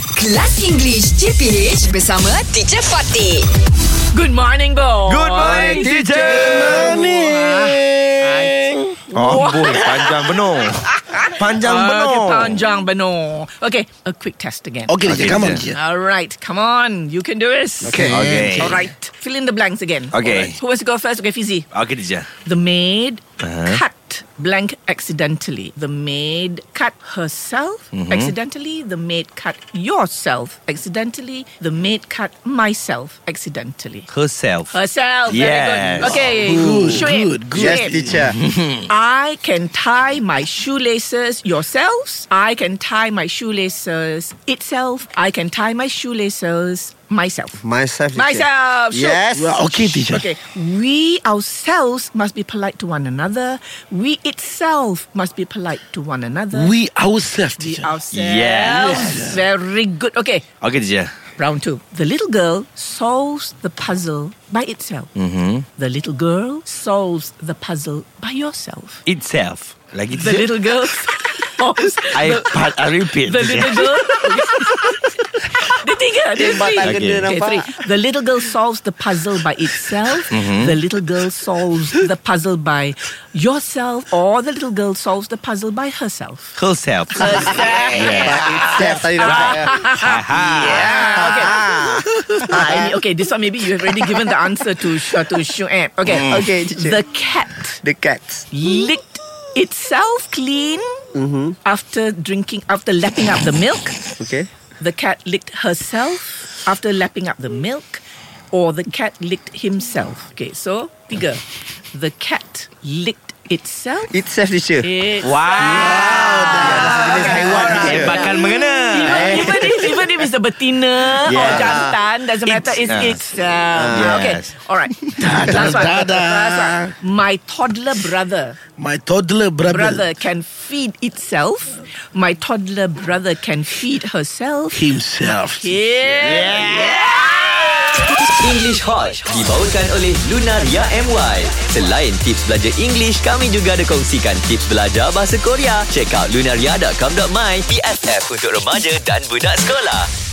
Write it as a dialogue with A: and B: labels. A: Kelas English CPH bersama Teacher Fatih.
B: Good morning, boy.
C: Good morning, teacher. Good morning. Oh, boy, panjang benar. Panjang
B: Ah, Okay,
C: benar.
B: panjang benar. Okay, a quick test again.
D: Okay,
C: Okay,
D: okay come on.
C: teacher.
D: Teacher.
B: All right, come on. You can do this.
D: Okay.
C: Okay.
B: All right. Fill in the blanks again.
C: Okay.
B: All right. Who wants to go first? Okay, Fizzy.
C: Okay, teacher.
B: The maid
C: Uh-huh.
B: cut blank accidentally. The maid cut herself
D: Mm-hmm.
B: accidentally. The maid cut yourself accidentally. The maid cut myself accidentally.
C: Herself.
B: Ah. Herself. Very
C: Yes.
B: good. Okay.
D: Good,
B: show it,
D: good, good.
B: show
D: Yes,
B: it.
D: teacher.
B: I can tie my shoelaces yourselves. I can tie my shoelaces itself. I can tie my shoelaces myself.
D: Myself, teacher.
B: Myself. Shoot.
D: Yes. Well, okay, teacher.
B: Okay. We ourselves must be polite to one another. We itself must be polite to one another.
D: We ourselves,
B: We
D: teacher.
B: ourselves.
C: Yes.
B: Very good. Okay.
C: Okay, teacher.
B: Round two. The little girl solves the puzzle by itself. Mm-hmm. The little girl solves the puzzle by yourself.
C: Itself. Like it's
B: The little girl solves
C: I, pa- I repeat.
B: the
C: teacher.
B: little girl. Dia tiga, dia
D: Empat
B: three.
D: tak
C: kena
B: Okay,
D: nampak.
B: three. The little girl solves the puzzle by itself. The little girl solves the puzzle by yourself, or the little girl solves the puzzle by herself.
C: Herself.
D: Myself, tadi nampak ya.
B: Yeah. Okay. Ah, ini- okay. This one maybe you have already given the answer to uh, to Shu'ab. Okay.
D: Okay, teacher.
B: The cat
D: The cat.
B: licked itself clean after drinking after lapping up the milk.
D: Okay.
B: The cat licked herself after lapping up the milk, or the cat licked himself. Okay, so tiga. The cat licked itself.
D: Itself, teacher.
B: It's
C: Wow.
D: Jenis haiwan, teacher.
C: Tembakan mengena.
B: even if even if it's a betina or
D: Yeah.
B: jantan, doesn't matter. It's
C: Yes.
B: it's uh,
C: Yes.
B: okay. All right. Last one. Last one. My toddler brother
E: My toddler brother.
B: brother can feed itself. My toddler brother can feed herself.
E: Himself.
B: yeah.
F: English Hot dibawakan oleh Lunaria MY. Selain tips belajar English, kami juga ada kongsikan tips belajar bahasa Korea. Check out lunaria.com.my PFF untuk remaja dan budak sekolah.